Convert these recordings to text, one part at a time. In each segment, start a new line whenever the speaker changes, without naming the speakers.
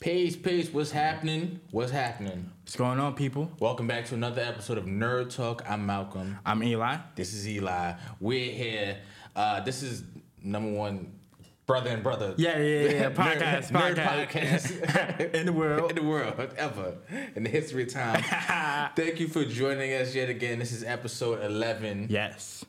Pace, pace, what's happening? What's happening?
What's going on, people?
Welcome back to another episode of Nerd Talk. I'm Malcolm.
I'm Eli.
This is Eli. We're here. Uh, this is number one brother and brother.
Yeah, yeah, yeah, yeah. Podcast,
nerd,
podcast.
nerd podcast.
In the world.
In the world, ever. In the history of time. Thank you for joining us yet again. This is episode 11.
Yes.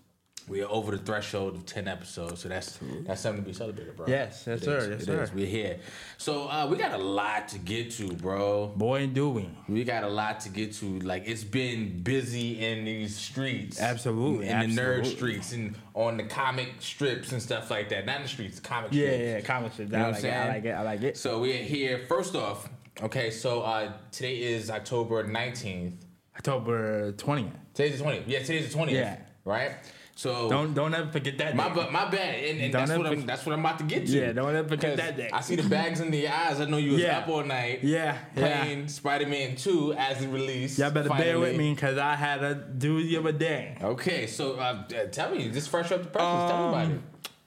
We are over the threshold of ten episodes, so that's that's something to be celebrated, bro.
Yes, yes,
It
sir,
is,
yes,
it
sir.
is. We're here, so uh, we got a lot to get to, bro.
Boy, do we.
We got a lot to get to. Like it's been busy in these streets,
Absolutely,
in the nerd
absolutely.
streets and on the comic strips and stuff like that. Not in the streets, comic
Yeah,
strips.
yeah, comic strips.
You know
I
what I'm
like it.
saying?
I like it. I like it.
So we're here. First off, okay. So uh, today is October nineteenth.
October 20th.
Today's the twentieth. Yeah, today's the twentieth.
Yeah.
Right. So
Don't don't ever forget that.
My
day.
bu- my bad, and, and
Don't
that's
ever
what I'm
forget-
that's what I'm about to get to.
Yeah, don't ever forget
'Cause
that day.
I see the bags in the eyes. I know you was
Yeah.
up all night.
Yeah, yeah.
playing Spider Man Two as it released.
Y'all better bear with
finally.
me because I had a doozy of a day.
Okay, so uh, uh, tell me, just fresh up the purchase. tell me about it.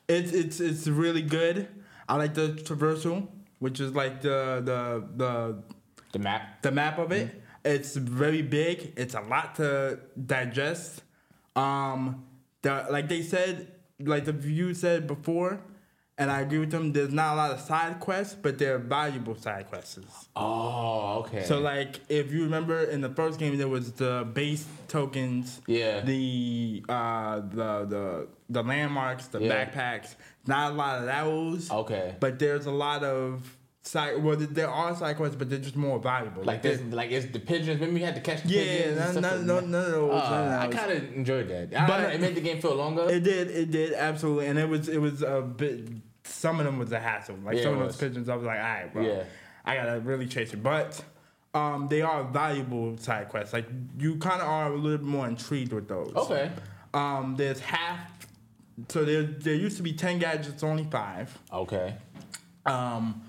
It's it's it's really good. I like the traversal, which is like the the the
The map.
the map of it. It's very big. It's a lot to digest. Um, the like they said, like the view said before, and I agree with them. There's not a lot of side quests, but they're valuable side quests.
Oh, okay.
So like, if you remember in the first game, there was the base tokens.
Yeah.
The uh the the the landmarks, the
Yeah.
backpacks. Not a lot of those.
Okay.
But there's a lot of. Side, well, there are side quests, but they're just more valuable.
like
they're-
this, like it's the pigeons. Remember you had to catch the
yeah,
pigeons. and
no,
stuff
no,
like
no,
that?
no, no.
Uh, I
no, no.
kind of enjoyed that. I
But-
don't know, it made the game feel longer.
It did, it did, absolutely, and it was, it was a bit. Some of them was a hassle. Like
Yeah,
some
it
of those
was.
pigeons, I was like, all right, bro,
Yeah.
I gotta really chase it. But um, they are valuable side quests. Like you kind of are a little bit more intrigued with those.
okay.
Um, there's half. So there, there used to be ten gadgets, only five.
Okay.
Um,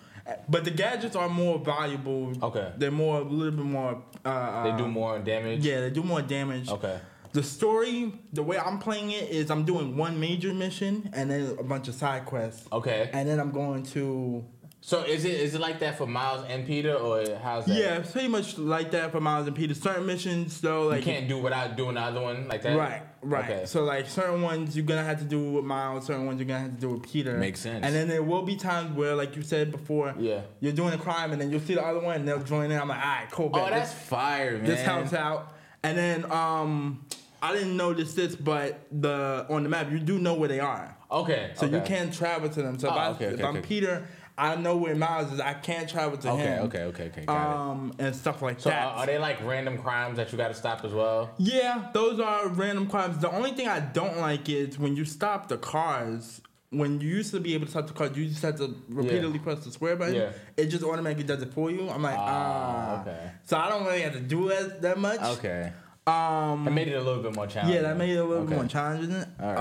but the gadgets are more valuable.
Okay.
They're more a little bit more. Uh,
They do more damage.
Yeah, they do more damage.
Okay.
The story, the way I'm playing it is I'm doing one major mission and then a bunch of side quests.
Okay.
And then I'm going to
So is it is it like that for Miles and Peter, or how's that?
yeah, pretty much like that for Miles and Peter. Certain missions though,
You
like
can't do without doing the other one like that.
right, right.
Okay.
So like certain ones you're gonna have to do with Miles, certain ones you're gonna have to do with Peter.
Makes sense.
And then there will be times where, like you said before,
Yeah.
you're doing a crime and then you'll see the other one and they'll join in. I'm like, all right, cool.
oh,
bet.
that's fire, man.
this helps out. And then um, I didn't notice this, but the on the map you do know where they are.
Okay.
So you
okay.
can travel to them. So if,
Oh,
I,
okay, okay,
if I'm
okay.
Peter, I know where Miles is. I can't travel to
Okay,
him.
okay, okay, okay, got it.
um, and stuff like
So are,
that.
are they like random crimes that you got to stop as well?
yeah, those are random crimes. The only thing I don't like is when you stop the cars. When you used to be able to stop the cars, you just had to repeatedly press the square button.
Yeah.
It just automatically does it for you. I'm like, ah.
okay.
So I don't really have to do that that much.
Okay.
Um.
That made it a little bit more challenging.
Yeah, that made it a little
Okay.
bit more challenging.
right.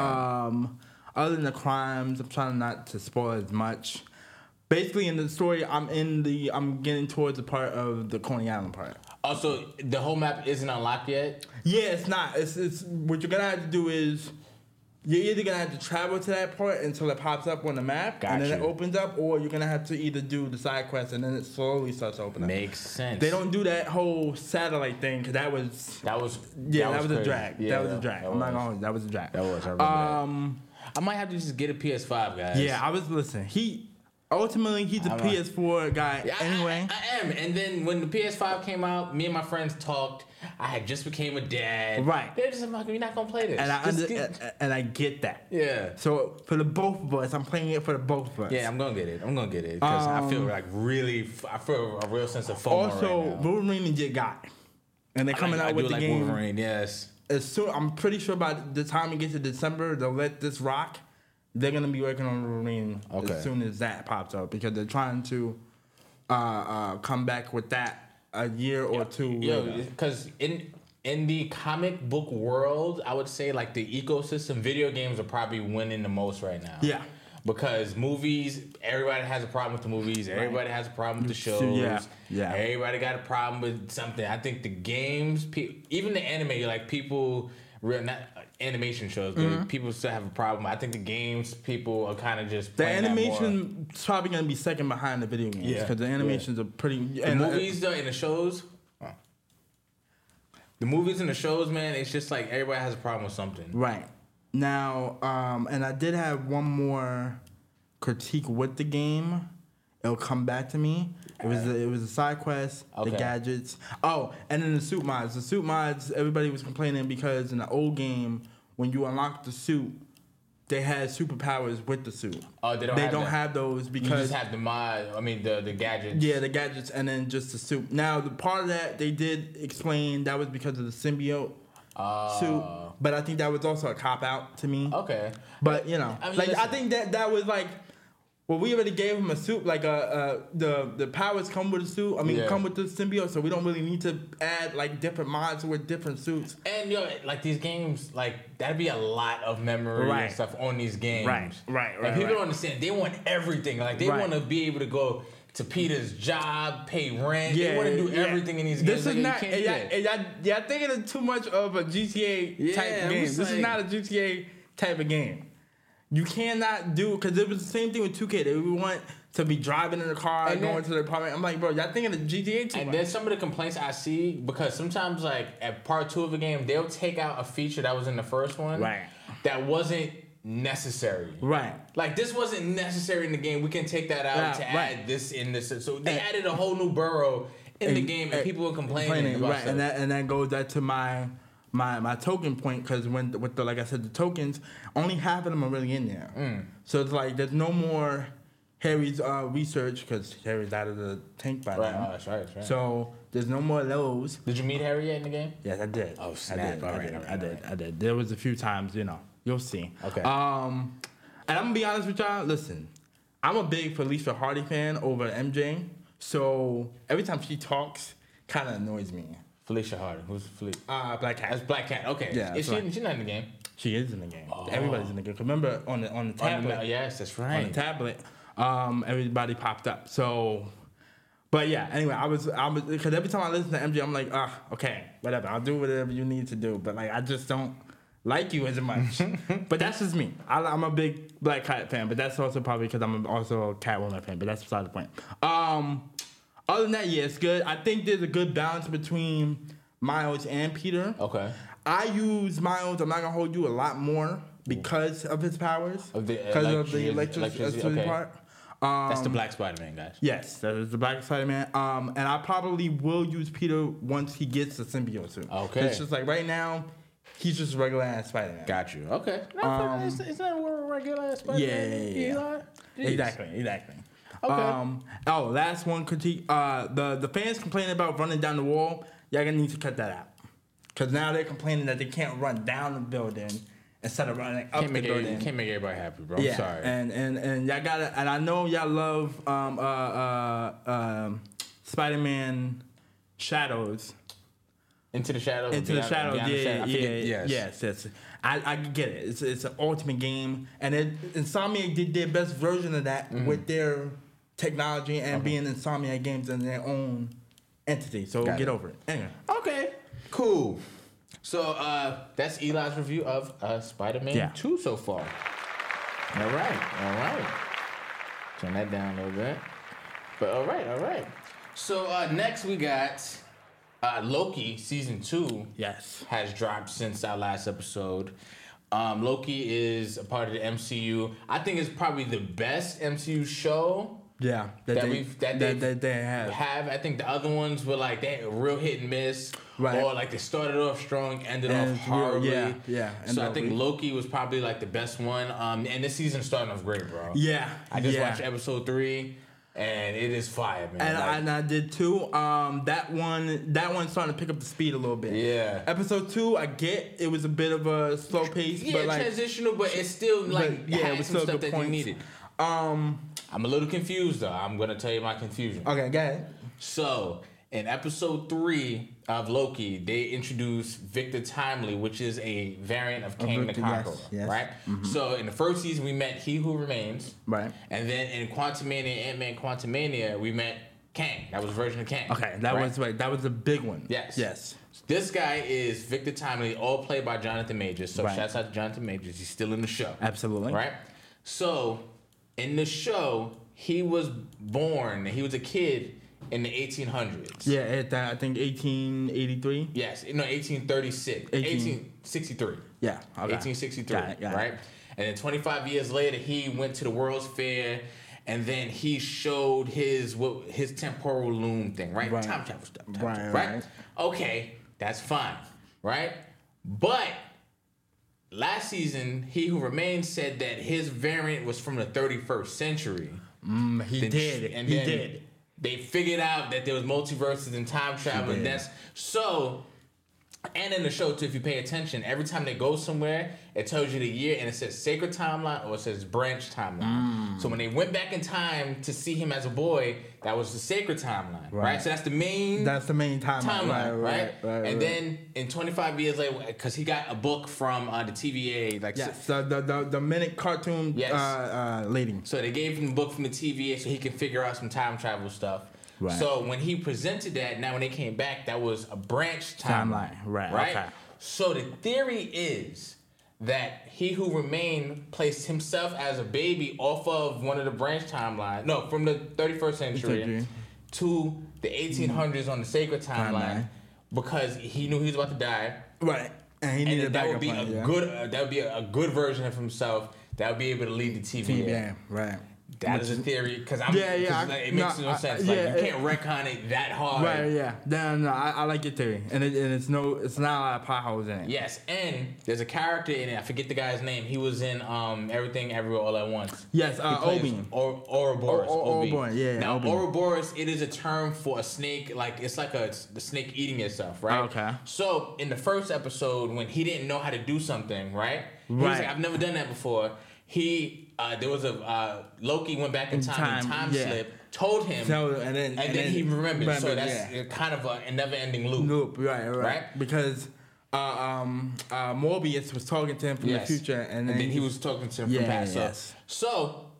Um, other than the crimes, I'm trying not to spoil as much. Basically, in the story, I'm in the I'm getting towards the part of the Coney Island part.
Also, the whole map isn't unlocked yet.
Yeah, it's not. It's it's what you're gonna have to do is you're either gonna have to travel to that part until it pops up on the map and then
Got
it
you.
opens up, or you're gonna have to either do the side quest and then it slowly starts opening. up.
Makes sense.
They don't do that whole satellite thing because that was
That was.
yeah that was, a
crazy.
drag.
Yeah,
that was a drag.
that
I'm not
was.
gonna hold you, that was a drag.
That was. I remember
Um.
that. I might have to just get a PS5, guys.
Yeah, I was listening. He ultimately he's a
I'm a-
PS4 guy
Yeah, I-
anyway.
I, I am. And then when the PS5 came out, me and my friends talked. I had just became a dad.
Right.
They're just like, you're not gonna play this.
and I
Just
under, uh,
get-
and- and I get that.
yeah.
So for the both of us, I'm playing it for the both of us.
Yeah, I'm gonna get it. I'm gonna get it because I feel
Um,
like really, I feel a real sense of FOMO
also,
right now.
Wolverine and Jit got, and they're coming
I,
out
I
with
do
the
like
game
Wolverine. Yes.
as soon. I'm pretty sure by the time it gets to December, they'll let this rock. They're gonna be working on Wolverine
Okay.
as soon as that pops up because they're trying to uh, uh, come back with that a year or two.
Yo,
later.
because in in the comic book world, I would say like the ecosystem, video games are probably winning the most right now.
Yeah.
Because movies, everybody has a problem with the movies. Everybody has a problem with the
So,
shows.
yeah, yeah.
Everybody got a problem with something. I think the games, pe- even the anime, like people, real not uh, animation shows, but
Mm-hmm.
people still have a problem. I think the games, people are kind of just
The
playing that more.
animation is probably gonna be second behind the video games
Yeah,
because the
yeah.
animations are pretty.
The
and, uh,
movies though, and the shows. The movies and the shows, man, it's just like everybody has a problem with something.
Right. Now, um, and I did have one more critique with the game. It'll come back to me. It was it was a side quest,
Okay.
the gadgets. Oh, and then the suit mods. The suit mods. Everybody was complaining because in the old game, when you unlocked the suit, they had superpowers with the suit.
Oh, they don't
They
have
don't
that.
have those
You
because
just have the mod. I mean, the the gadgets.
yeah, the gadgets and then just the suit. Now, the part of that they did explain that was because of the symbiote suit, but I think that was also a cop out to me.
Ah. Okay.
But you know,
I mean,
like I
listen.
think that that was like, well, we already gave him a suit. Like uh, uh the the powers come with a suit. I mean,
Yeah.
come with the symbiote, so we don't really need to add like different mods with different suits.
And yo, like these games, like that'd be a lot of memory
Right.
and stuff on these games.
Right, right,
Like
right,
people
right.
don't understand. They want everything. Like they
Right.
want to be able to go to Peter's job, pay rent. they
Yeah,
want to do
yeah.
everything in these games.
This
Like,
is
you
not.
can't do
yeah,
that.
yeah, yeah, thinking of too much of a GTA type
Yeah,
game.
it's
This is
like-
not a GTA type of game. You cannot do because it was the same thing with 2K. They would want to be driving in the car,
And then-
going to the apartment. I'm like, bro, y'all thinking of GTA too
And
much.
then some of the complaints I see because sometimes like at part two of a game they'll take out a feature that was in the first one,
Right.
That wasn't necessary,
right.
Like this wasn't necessary in the game. We can take that out
Yeah,
to
right.
add this in this. So they
And-
added a whole new borough in the
and- uh,
game, and people were complaining,
complaining,
about
right?
stuff.
And that and that goes back to my my my token point because when with the like I said the tokens only half of them are really in there,
Mm.
so it's like there's no more Harry's uh, research because Harry's out of the tank by
Right,
now.
oh, that's right, that's right.
So there's no more of those.
Did you meet Harry yet in the game?
Yes, I did.
Oh, snap.
I did.
All
I,
right,
did.
all right,
I did. I did. There was a few times, you know. You'll see.
Okay.
Um, and I'm gonna be honest with y'all. Listen, I'm a big Felicia Hardy fan over MJ. So every time she talks, kind of annoys me.
Felicia Hardy. Who's Felicia?
Uh, Black Cat.
That's Black Oh. Cat. Okay.
Yeah,
Is
that's
she,
right.
she's not in the game.
She is in the game. Everybody's in the game. 'Cause Remember on the on the
Oh,
tablet.
no, yes, that's
on the
right.
tablet, um, everybody popped up. So, but yeah. Anyway, I was I was because every time I listen to MJ, I'm like, ah, okay, whatever. I'll do whatever you need to do. But like, I just don't like you as much. but that's just me. I, I'm a big Black Cat fan, but that's also probably because I'm also a Catwoman fan. But that's beside the point. Um, other than that, yeah, it's good. I think there's a good balance between Miles and Peter.
Okay.
I use Miles. I'm not gonna hold you a lot more because of his powers,
Of the
because of
electric- uh,
the electric-
electricity,
electricity
okay.
part. Um,
That's the Black Spider-Man, guys.
yes, that is the Black Spider Man. Um, and I probably will use Peter once he gets the symbiote suit.
Okay.
it's just like right now, he's just regular ass Spider Man.
Got you. Okay. Um, it's, it's not a regular ass Spider-Man.
yeah, yeah, yeah.
Eli. Jeez.
Exactly, exactly.
Okay.
Um, oh, last one critique. Uh, the the fans complaining about running down the wall. Y'all gonna need to cut that out, cause now they're complaining that they can't run down the building instead of running up
Can't
the
make, every-
building.
can't make everybody happy, bro. I'm
yeah,
sorry.
and and and y'all gotta. And I know y'all love um uh uh um Spider Man Shadows.
Into the shadows.
Into the
Beyond-
shadows,
Oh, Beyond the
yeah,
Shadow- I
yeah,
forget-
yeah,
yes.
yes, yes. I, I get it. It's it's an ultimate game, and it, Insomniac did their best version of that
Mm-hmm.
with their technology
Uh-huh.
and being Insomniac Games and their own entity. So
Got
get
it.
over it. Anyway,
Okay. Cool. So uh, that's Eli's review of uh, Spider-Man
Yeah.
2 so far. All right. All right. Turn that down a little bit. But all right, all right. So uh, next we got uh, Loki season two.
Yes.
has dropped since our last episode. Um, Loki is a part of the MCU. I think it's probably the best MCU show
yeah,
that, we've that,
that,
they
that they have.
have. I think the other ones were like they had a real hit and miss,
Right.
or like they started off strong, ended
And
off
it's real-
horribly.
yeah, yeah,
So I
ended
think
up-
Loki was probably like the best one. Um, and this season starting off great, bro.
Yeah,
I just
yeah.
watched episode three. and it is fire, man.
And, I,
Like,
and I did too. Um, that one, that one's starting to pick up the speed a little bit.
Yeah.
Episode two, I get it was a bit of a slow pace,
yeah,
but like,
transitional, but it's still like
but, yeah, it
had
was
some
still
stuff that
good points.
you needed.
um,
I'm a little confused though. I'm gonna tell you my confusion.
okay, go ahead.
So in episode three of Loki, they introduced Victor Timely, which is a variant of King the
Victor, yes,
Conqueror,
yes. Mm-hmm.
right? So in the first season, we met He Who Remains,
Right.
And then in Quantumania, Ant Man, Quantumania, we met Kang. That was a version of Kang.
Okay, that
right?
was right. That was a big one.
Yes.
Yes.
This guy is Victor Timely, all played by Jonathan Majors. So
Right.
shouts out to Jonathan Majors. He's still in the show.
Absolutely.
Right? So in the show, he was born, he was a kid in the 1800s.
Yeah, at that, I think 1883.
Yes, no, 1836. 1863.
Yeah. okay.
1863.
Got it, got it.
right? And then 25 years later, he went to the World's Fair and then he showed his what his temporal loom thing, right?
Right.
Time travel stuff. time
Right,
travel,
right.
Okay, that's fine, right? But last season, he who remains said that his variant was from the 31st century.
Mm, he
Then-
did.
And
he
then
did.
They figured out that there was multiverses and time travel. And
did.
that's so. And in the show too, if you pay attention, every time they go somewhere, it tells you the year and it says sacred timeline or it says branch
Mm.
timeline. So when they went back in time to see him as a boy, that was the sacred timeline, right?
Right.
So that's the main
That's the main timeline. Right,
timeline, right?
right, right,
and
right.
then in 25 years later, because he got a book from uh, the TVA, like
Yes. The the the, the minute cartoon
Yes.
uh, uh, lady.
So they gave him the book from the TVA so he can figure out some time travel stuff.
Right.
So when he presented that, now when they came back, that was a branch timeline.
Timeline, right, okay.
So the theory is that he who remained placed himself as a baby off of one of the branch timelines. No, from the 31st century
Century.
to the 1800s on the sacred timeline
Timeline.
because he knew he was about to die
Right. And he
and
needed
that, that
a backup
would be
plan,
a
yeah.
good uh, that would be a, a good version of himself that would be able to lead the TVA.
Yeah. Right.
That is a theory because I'm
Yeah, yeah,
'cause,
I-
like, it makes
no,
no,
I-
sense. like
yeah,
you
it-
can't retcon it that hard.
Right, yeah. No, no, no, I, I like your theory. And, it, and it's no, it's not a lot of potholes in it.
Yes, and there's a character in it. I forget the guy's name. He was in um Everything Everywhere All at Once.
Yes, uh,
He plays
Obean.
Or, Ouroboros.
O- O-
Obi.
Oberon, yeah, yeah,
Now
Oberon.
Ouroboros, it is a term for a snake. Like it's like a it's the snake eating itself, right?
Okay.
So in the first episode, when he didn't know how to do something, right? He was
Right.
like, I've never done that before. He uh, there was a uh, Loki went back in
In
time, and
time,
time
yeah.
slip told him,
So, and then-
and,
and
then,
then
he remembered. so
remembered,
that's
yeah.
uh, kind of a, a never-ending loop.
Loop, right, right.
Right?
Because uh, um, uh, Morbius was talking to him from
Yes.
the future, and then,
he was talking to him
Yeah,
from past. So-
yes.
So,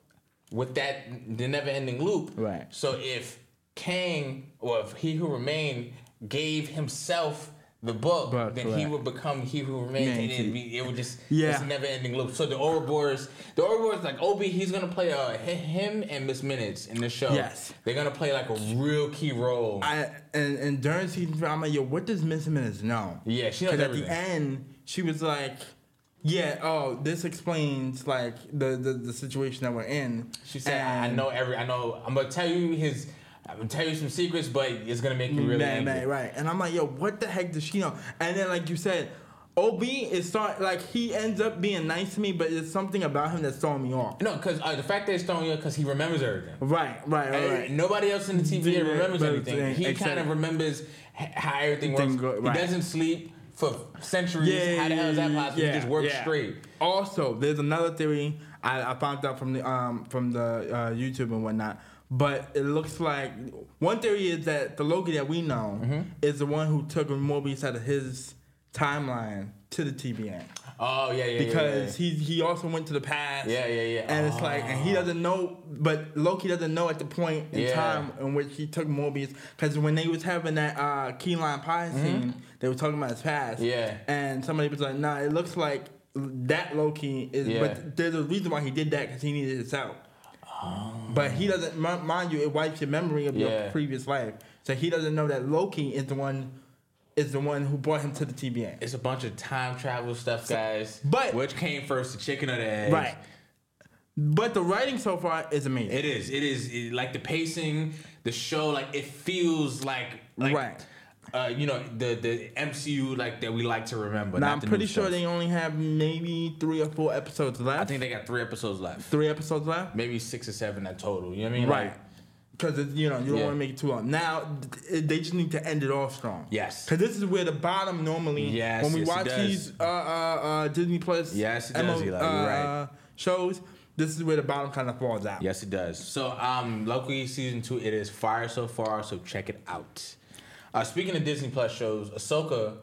with that, the never ending loop.
Right.
So, if Kang, or if He Who Remained gave himself the book,
Book,
then he
right.
would become He Who Remains,
Man,
and it'd
he-
be, it would just,
Yeah.
it's a never ending loop. So, the Ouroboros, the Ouroboros, like Obi, he's gonna play uh, hi- him and Miss Minutes in the show.
Yes.
They're gonna play like a real key role.
I and, and during season three, I'm like, yo, what does Miss Minutes know?
Yeah, she knows
Because at
everything.
the end, she was like, yeah, oh, this explains like the the, the situation that we're in.
She said, I- "I
And-
know every. I know. I'm gonna tell you his. I'm gonna tell you some secrets, but it's gonna make you really
man,
angry."
man, right. And I'm like, yo, what the heck does she know? And then like you said, OB is start like he ends up being nice to me, but it's something about him that's throwing me off.
No, because uh, the fact that it's thrown you because he remembers everything.
Right, right, right.
Uh,
right.
Nobody else in the TVA
Yeah,
remembers
but
anything.
it's-
He
except-
kind of remembers h- how everything works.
Thing go- right.
He doesn't sleep for centuries. how the hell is that possible? he just works
yeah.
straight.
Also, there's another theory I, I found out from the um from the uh, YouTube and whatnot. But it looks like one theory is that the Loki that we know
Mm-hmm.
is the one who took Morbius out of his timeline to the TBN
Oh yeah, yeah, yeah,
because
yeah.
he he also went to the past.
Yeah, yeah, yeah. Oh.
And it's like, and he doesn't know, but Loki doesn't know at the point in
Yeah.
time in which he took Morbius, because when they was having that uh, key lime pie scene, they were talking about his past.
Mm-hmm. Yeah.
And somebody was like, "Nah, it looks like that Loki is,
Yeah.
but there's a reason why he did that because he needed this out." But he doesn't mi- mind you. It wipes your memory of
Oh. Yeah.
your previous life, so he doesn't know that Loki is the one, is the one who brought him to the TBN.
It's a bunch of time travel stuff, guys.
but-
which came first, the chicken or the egg?
Right. But the writing so far is amazing.
It is. It is it- like the pacing, the show. Like it feels like, like
Right.
Uh, you know the the MCU like that we like to remember.
Now
not
I'm
the new
pretty sure
stuff.
they only have maybe three or four episodes left.
I think they got three episodes left.
three episodes left.
Maybe six or seven at total. You know what I mean?
Right.
Like,
because you know you don't
Yeah.
want to make it too long. Now th- they just need to end it off strong.
Yes.
because this is where the bottom normally.
Yes,
when we
yes, it
watch
does.
these uh, uh, uh, Disney Plus. uh,
Yes, it does, Eli, you're right.
shows. This is where the bottom kind of falls out.
Yes, it does. So, um, Loki season two, it is fire so far. So check it out. Uh, speaking of Disney Plus shows, Ahsoka,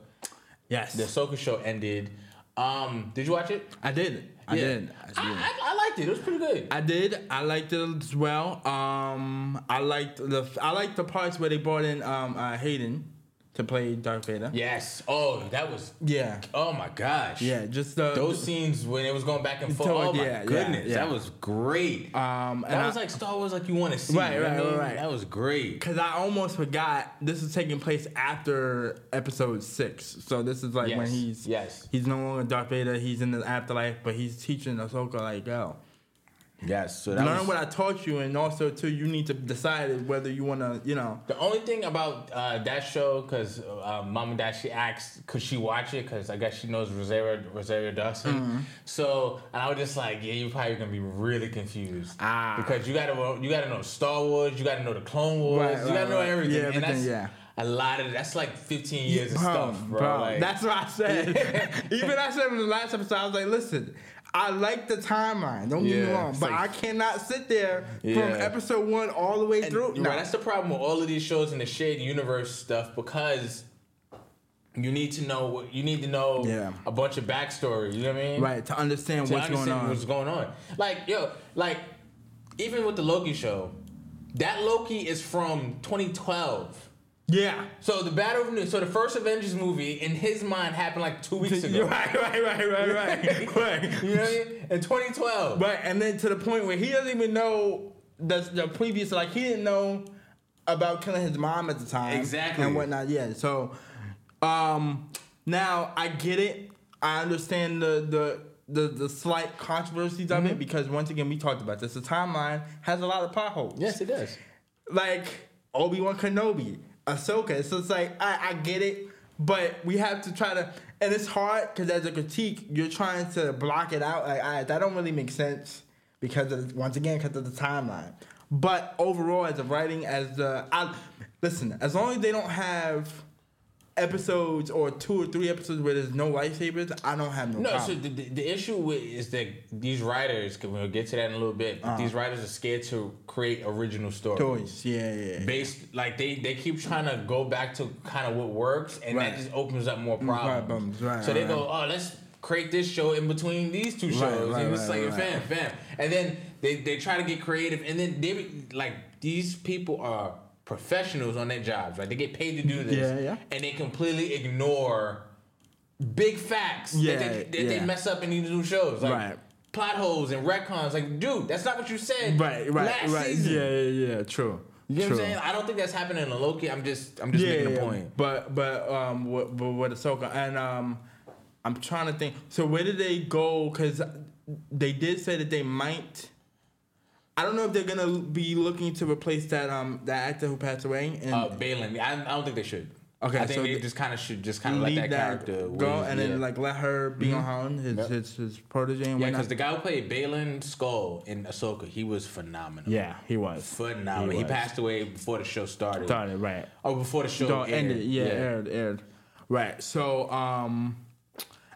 Yes,
the Ahsoka show ended. Um, did you watch it?
I did. I
Yeah.
did.
I, I, I liked it. It was pretty good.
I did. I liked it as well. Um, I liked the I liked the parts where they brought in um uh, Hayden to play Darth Vader.
yes. Oh, that was.
Yeah.
Oh my gosh.
Yeah, just the
Those scenes when it was going back and forth.
Toward-
Oh my
yeah, yeah,
goodness,
yeah.
that was great.
Um,
that
and
was
I-
like Star Wars, like you want to see.
Right,
you know
right,
what I mean?
right, right.
That was great.
Cause I almost forgot this is taking place after episode six, so this is like when
Yes,
he's
yes.
he's no longer Darth Vader, he's in the afterlife, but he's teaching Ahsoka like yo,
Yes. So that
learn
was,
what I taught you, and also too you need to decide whether you want to you know
The only thing about uh, that show, because uh, mom and dad, she asked, could she watch it? Because I guess she knows Rosario, Rosario Dawson.
Mm-hmm.
So, and I was just like, yeah, you're probably gonna be really confused
Ah.
because you gotta know- you gotta know Star Wars, you gotta know the Clone Wars,
Right,
you
right,
gotta know
right.
everything.
Yeah,
and that's
everything, yeah.
a lot of that's like 15 years of stuff, bro. Like,
That's what I said. Even I said in the last episode, I was like, listen, I like the timeline. Don't get me
Yeah,
wrong,
it's
but
like-
I cannot sit there
Yeah.
from episode one all the way through.
Right, that's the problem with all of these shows in the shared universe stuff because you need to know what you need to know
Yeah.
a bunch of backstory. You know what I mean?
right to understand
to
what's
understand
going on.
what's going on. Like yo, like even with the Loki show, that Loki is from 2012.
yeah.
So the Battle of New, so the first Avengers movie in his mind happened like two weeks ago.
You're right, right, right, right, right, right.
You know what I mean? In 2012.
But and then to the point where he doesn't even know the the previous, like he didn't know about killing his mom at the time,
Exactly.
and whatnot. Yeah. So, um, now I get it. I understand the the. The, the slight controversies of it because once again we talked about this the timeline has a lot of potholes
yes, it does.
like Obi Wan Kenobi, Ahsoka. So it's like I, I get it, but we have to try to, and it's hard because as a critique, you're trying to block it out. Like all right, that don't really make sense because of, once again because of the timeline. But overall, as a writing, as the I listen, as long as they don't have episodes or two or three episodes where there's no lightsabers, I don't have no,
No, so
problem.
the, the, the issue with is that these writers, 'cause we'll get to that in a little bit,
Uh-huh.
but these writers are scared to create original stories.
Choice, yeah, yeah, yeah.
Based like they, they keep trying to go back to kind of what works, and
Right.
that just opens up more problems.
problems, right,
so they
right,
go, oh, let's create this show in between these two shows,
right,
and it's
right,
like,
right.
fam, fam, and then they they try to get creative, and then they be- like these people are professionals on their jobs, right? They get paid to do this,
Yeah, yeah.
and they completely ignore big facts
Yeah,
that, they, that
yeah.
they mess up in these new shows, like
Right.
plot holes and retcons. Like, dude, that's not what you said.
Right, right,
last
right.
Season.
Yeah, yeah, yeah. True.
You know
true.
what I'm saying? I don't think that's happening in Loki. I'm just I'm just making a point.
But but um with, but with Ahsoka and um I'm trying to think. So where did they go? Because they did say that they might. I don't know if they're gonna be looking to replace that um that actor who passed away and
Uh, Balin, I, I don't think they should.
Okay,
I think
so
they
the-
just kind of should just kind of let that,
leave
character
go
where-
and
yeah. Mm-hmm.
then like let her be on her own, his,
Yep.
his his protege and
yeah,
whatnot.
because the guy who played Balin Skull in Ahsoka, he was phenomenal.
yeah, he was
phenomenal. He,
was.
passed away before the show started.
Started right.
Oh, before the show
No,
aired.
ended. Yeah, aired, aired. Right. So, um,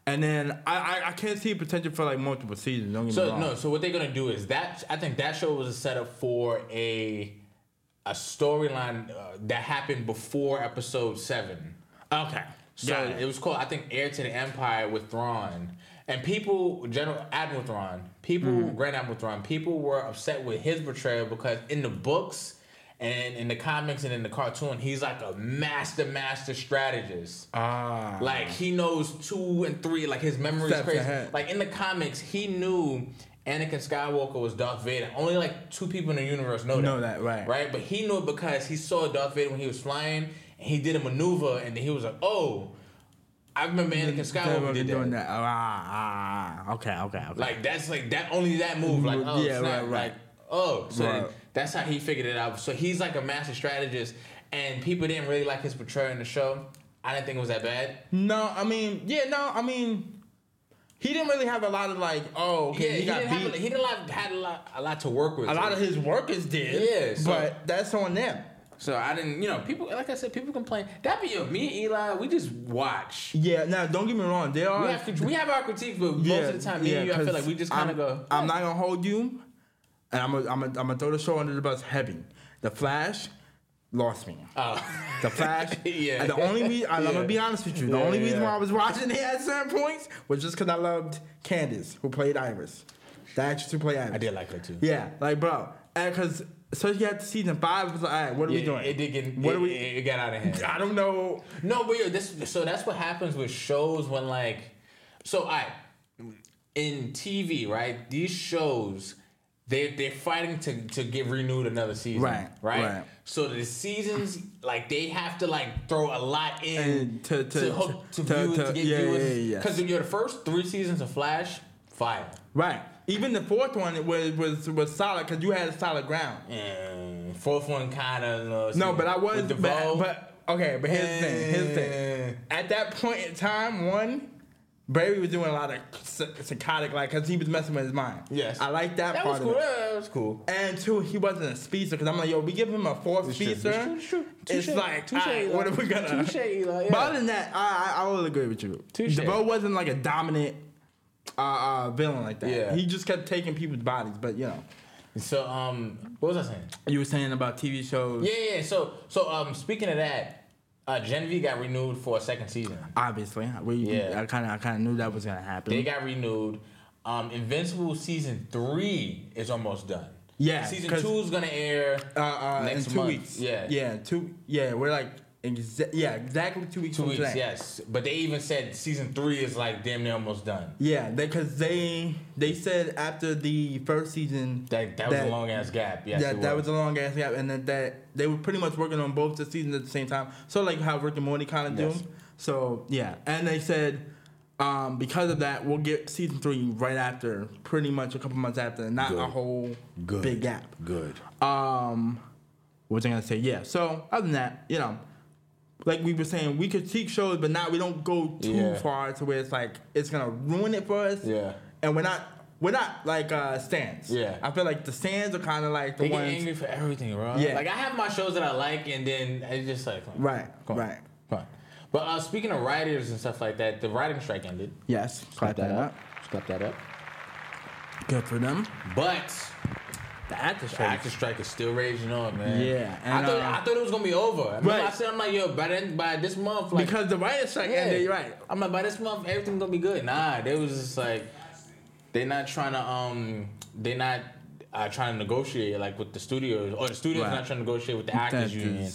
and then I, I, I can't see potential for like multiple seasons. Don't get me
So
wrong.
no, so what they're gonna do is that I think that show was a setup for a a storyline uh, that happened before episode seven.
Okay.
So it was called, I think, Heir to the Empire with Thrawn. And people, General Admiral Thrawn, people,
Mm-hmm.
Grand Admiral Thrawn, people were upset with his portrayal because in the books and in the comics and in the cartoon, he's like a master, master strategist.
Ah.
Like he knows two and three. Like his memory is
Steps
crazy.
ahead.
Like in the comics, he knew Anakin Skywalker was Darth Vader. Only like two people in the universe know that.
Know that, right.
Right, but he knew it because he saw Darth Vader when he was flying, and he did a maneuver, and then he was like, "Oh, I remember Anakin Skywalker did that."
doing that. Ah, ah, ah. okay, okay, okay.
Like that's like that only that move. Like oh
Yeah,
snap.
right, right.
Like oh, so
Right.
then that's how he figured it out. So he's like a master strategist, and people didn't really like his portrayal in the show. I didn't think it was that bad.
no, I mean, yeah, no, I mean, he didn't really have a lot of like, oh, okay,
yeah,
he,
he,
got
didn't have,
beat.
he didn't have had a lot, a lot to work with.
a lot of his workers did.
Yeah, so-
but that's on them.
So I didn't, you know, people. Like I said, people complain. That be of me, and Eli. We just watch.
Yeah, now don't get me wrong. There are
We have, to, we have our critiques, but
yeah,
most of the time, me and you, I
'cause
feel like we just kind
I'm-
of go.
I'm not gonna hold you, and I'm gonna I'm gonna I'm gonna throw the show under the bus heavy. The Flash lost me.
Oh.
The Flash.
Yeah.
and The only reason I'm
Yeah.
gonna be honest with you, the
Yeah,
only reason
yeah.
why I was watching it at certain points was just because I loved Candace, who played Iris, the actress who played Iris.
I did like her too.
Yeah, like bro, because especially after season five, it was like, all right, what are we
Yeah,
doing?
It did get.
What
it,
are we?
It got out of hand.
I don't know.
No, but yo, this so that's what happens with shows when like so I in TV, right? These shows they they're fighting to to get renewed another season.
Right,
Right.
right.
So the seasons like they have to like throw a lot in
And to- to-
hook to,
to-
view to,
to-
get
yeah,
viewers.
yeah, yeah, yeah.
Cause you're the first three seasons of Flash, fire.
Right. Even the fourth one was was was solid because you had solid ground.
And fourth one kinda you know,
No, but I was.
with
But,
Devoe.
but okay, but here's the thing. Here's the
Eh.
thing. At that point in time, one, Brady was doing a lot of psy- psychotic, like, cause he was messing with his mind.
Yes.
I like that,
that was
part
cool.
of it.
That was cool.
And two, he wasn't a speedster because I'm like, yo, we give him a fourth
true, it's
speedster.
true, it's true.
It's
Touche,
like,
touche,
alright, what are we
Eli.
gonna?
Touche, Eli, yeah.
But other than that, I I, I will agree with you.
Touche.
DeVoe wasn't like a dominant uh, uh, villain like that.
Yeah.
He just kept taking people's bodies, but you know.
So um what was I saying?
You were saying about TV shows.
Yeah, yeah. yeah. So, so um, speaking of that, uh, Gen V got renewed for a second season.
Obviously, we,
Yeah.
I kind of I kind of knew that was gonna happen.
They got renewed. Um, Invincible season three is almost done.
Yeah,
season
'cause-
two is gonna air
uh, uh,
next
in two
month.
weeks.
Yeah,
yeah, two. Yeah, we're like exa- yeah, exactly two weeks
two
from
weeks.
today.
Yes, but they even said season three is like damn near almost done.
Yeah, because they they said after the first season
That that was a long ass gap. Yes,
that,
it
that
was.
was a long ass gap, and that, that they were pretty much working on both the seasons at the same time. So like how Rick and Morty kind of
Yes.
do. So yeah, and they said um, because of that, we'll get season three right after, pretty much a couple months after, not a
Good.
whole big gap.
Good.
Um, what was I gonna say? Yeah. So other than that, you know, like we were saying, we critique shows, but now we don't go too
Yeah.
far to where it's like it's gonna ruin it for us.
Yeah.
And we're not we're not like uh stands.
Yeah.
I feel like the stands are kind of like the
They get
ones.
angry for everything, bro.
Yeah.
Like I have my shows that I like, and then it's just like
Right.
Come on.
Right.
Come on. But uh, speaking of writers and stuff like that, the writing strike ended.
Yes. Clap that up.
Step that up.
Good for them.
But
The actors.
the actor strike is still raging on, man.
Yeah,
I
and,
thought
uh,
I thought it was gonna be over. I, remember
Right.
I said I'm like, yo, by then, by this month, like,
because the writer strike
yeah,
ended. Right.
I'm like, by this month, everything's gonna be good. Nah, they was just like, they not trying to um, they not uh, trying to negotiate like with the studios or the studios
Right.
not trying to negotiate with the actors
Actors.
union.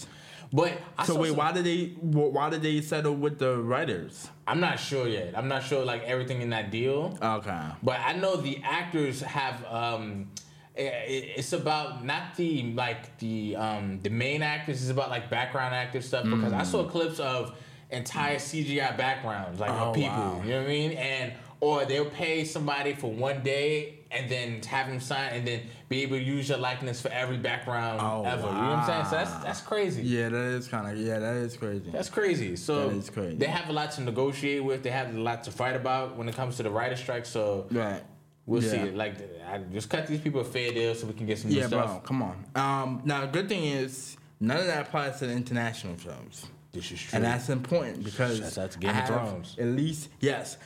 But I
So
saw
wait,
some-
why did they wh- why did they settle with the writers?
I'm not sure yet. I'm not sure like everything in that deal.
Okay.
But I know the actors have. Um, i- i- it's about not the like the um, the main actors. It's about like background actor stuff because I
Mm.
saw clips of entire CGI backgrounds like
Oh,
of people.
wow.
You know what I mean? And or they'll pay somebody for one day and then have them sign and then be able to use your likeness for every background
Oh,
ever. You know what I'm saying? So
wow.
that's that's crazy.
Yeah, that is kind of yeah, that is crazy.
That's crazy. So
That is crazy.
they have a lot to negotiate with. They have a lot to fight about when it comes to the writer strike. So
Right.
We'll
Yeah.
see. Like, I just cut these people a fair deal so we can get some new
Yeah,
stuff.
bro. Come on. Um, now, the good thing is none of that applies to the international films,
This is true.
and that's important because
Shouts out to Game
I
of
have
Thrones.
At least, yes.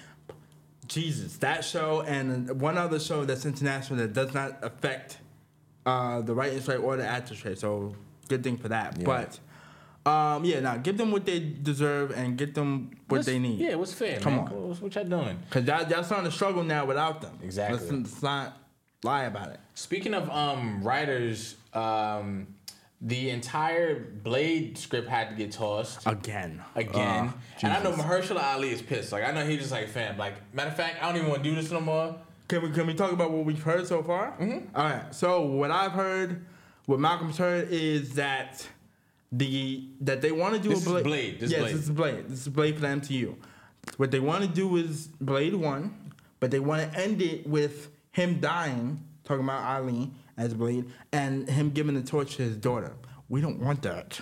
Jesus, that show and one other show that's international that does not affect uh, the writing strike or the actor strike. So good thing for that. But um, yeah, now give them what they deserve and get them what
What's-
they need.
Yeah, what's fair?
Come
man?
on.
What's- what y'all doing?
Cause y'all, y'all starting to struggle now without them.
Exactly.
Let's, let's not lie about it.
Speaking of um writers, um, the entire Blade script had to get tossed.
Again.
Again,
Uh,
Ah,
Oh,
and I know
Jesus.
Mahershala Ali is pissed. Like I know he's just like fam. Like matter of fact, I don't even want to do this no more.
Can we can we talk about what we've heard so far? Mm-hmm. right. So what I've heard, what Malcolm's heard is that the that they want to do
This is
a Bla-
Blade, this is
yes,
Blade.
this is Blade. This is Blade for the MCU. What they want to do is Blade One, but they want to end it with him dying, talking about Ali as Blade, and him giving the torch to his daughter. We don't want that.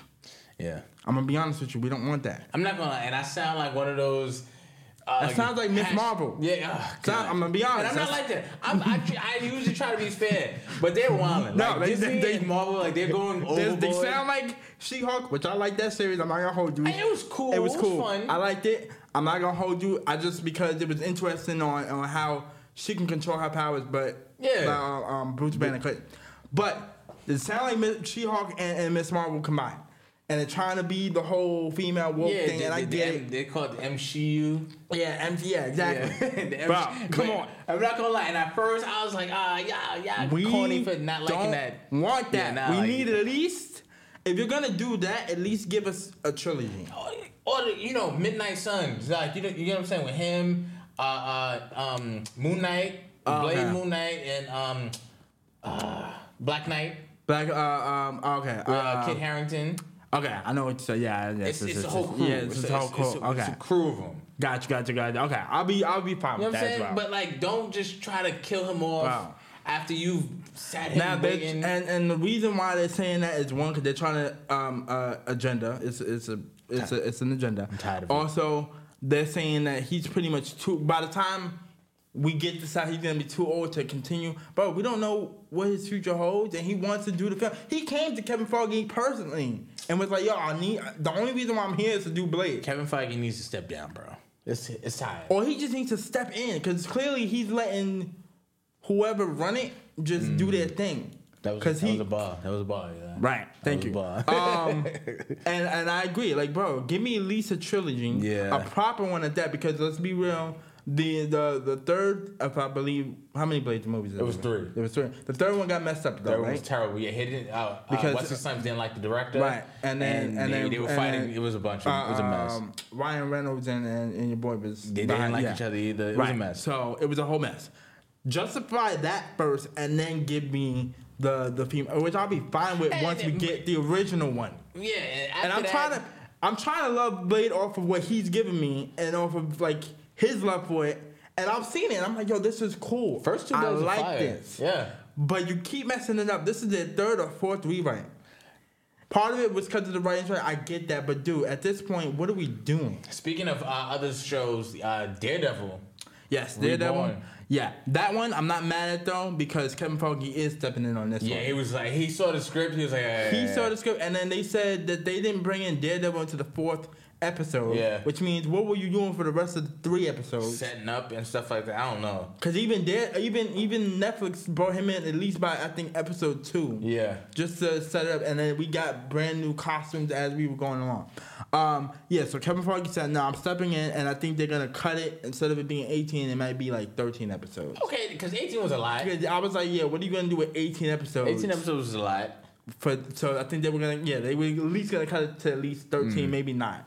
Yeah,
I'm gonna be honest with you. We don't want that.
I'm not gonna. lie, And I sound like one of those Uh,
That sounds like Miss
hash-
Marvel.
Yeah, uh,
Sound- I'm gonna be honest,
And I'm not
that's-
like that. I'm, I, tr- I usually try to be fair, but they're wilding.
No,
No, like,
they-
Disney
they-
and Marvel, like they're going
They,
overboard.
they sound like She-Hulk, which I like that series. I'm not gonna hold you.
Hey, it was cool.
It was
It was
cool.
fun.
I liked it. I'm not gonna hold you. I just because it was interesting on, on how she can control her powers, but
Yeah.
uh, um, Bruce Banner could. But it sound like Miss- She-Hulk and, and Miss Marvel combined, and they're trying to be the whole female wolf
yeah,
thing.
they,
and I
they,
get
they,
it.
they call it the MCU.
Yeah, MG. Yeah, exactly.
Yeah.
Bro, come
But
on.
I'm not gonna lie. And at first, I was like, ah, yeah, yeah,
We
corny for not liking
don't
that.
want that.
Yeah, nah,
we
like-
need at least. If you're gonna do that, at least give us a trilogy.
or the, you know Midnight Suns, like you know, you know what I'm saying with him, uh, uh um, Moon Knight,
Oh,
Blade
okay.
Moon Knight, and um, uh, Black Knight,
Like, uh, um, okay,
uh,
uh,
Kid Harrington.
okay, I know what you said. Yeah, yeah,
It's, it's, a whole crew.
Yeah, it's, a whole crew.
It's a,
okay,
it's a crew of them.
gotcha, gotcha, gotcha. Okay, I'll be, I'll be fine
You know what
with
I'm
that
saying?
as well.
But like, don't just try to kill him off
Wow.
after you've sat him
now, they,
waiting.
and and the reason why they're saying that is one because they're trying to um uh agenda. It's it's a it's a it's an agenda.
tired of it.
also, they're saying that he's pretty much too. By the time we get this out, he's gonna be too old to continue. But we don't know what his future holds, and he wants to do the film. He came to Kevin Feige personally and was like, "Yo, I need." The only reason why I'm here is to do Blade.
Kevin Feige needs to step down, bro. It's it's time.
Or he just needs to step in because clearly he's letting whoever run it just do their thing.
Mm. that was,
'Cause
that
he-
was a bar. That was a bar. Yeah.
Right. Thank
was
you.
a bar.
um, and and I agree. Like, bro, give me at least a trilogy.
Yeah.
A proper one at that. Because let's be real, the the the third, if I believe, how many Blade movies? It
was three.
It was three. The third one got messed up though,
That
right?
was terrible. Yeah, he didn't. Uh,
Because-
because uh, Wesley Snipes didn't like the director,
Right, and then and,
they,
then
they were
and
fighting.
then,
it was a bunch. Of, it was a mess.
um, Ryan Reynolds and, and, and your boy was
they didn't
behind-
like
yeah.
each other either. It was a mess.
So it was a whole mess. Justify that first, and then give me the the female, which I'll be fine with
And
once we
it-
get the original one.
yeah, and,
And I'm
after
trying
that-
to I'm trying to love Blade off of what he's given me and off of like his love for it. And I've seen it. and I'm like, yo, this is cool.
First two
I
days were
like
fire.
this.
Yeah.
But you keep messing it up. This is their third or fourth rewrite. Part of it was because of the writing. strike. I get that, but dude, at this point, what are we doing?
Speaking of uh, other shows, uh, Daredevil.
Yes, they're that
Reborn.
one. Yeah, that one I'm not mad at though because Kevin Feige is stepping in on this
Yeah,
one.
he was like he saw the script. He was like, yeah,
He saw the script, and then they said that they didn't bring in Daredevil into the fourth episode.
Yeah.
Which means, what were you doing for the rest of the three episodes?
setting up and stuff like that. I don't know.
Because even Dare, even even Netflix brought him in at least by I think episode two.
Yeah.
Just to set it up, and then we got brand new costumes as we were going along. Um, yeah. So Kevin Feige said, "No, I'm stepping in, and I think they're gonna cut it instead of it being 18, it might be like 13 episodes."
Okay, because 18 was a lot.
Because I was like, yeah, what are you gonna do with 18 episodes?
18 episodes was a lot.
For so I think they were gonna, yeah, they were at least gonna cut it to at least 13, maybe nine.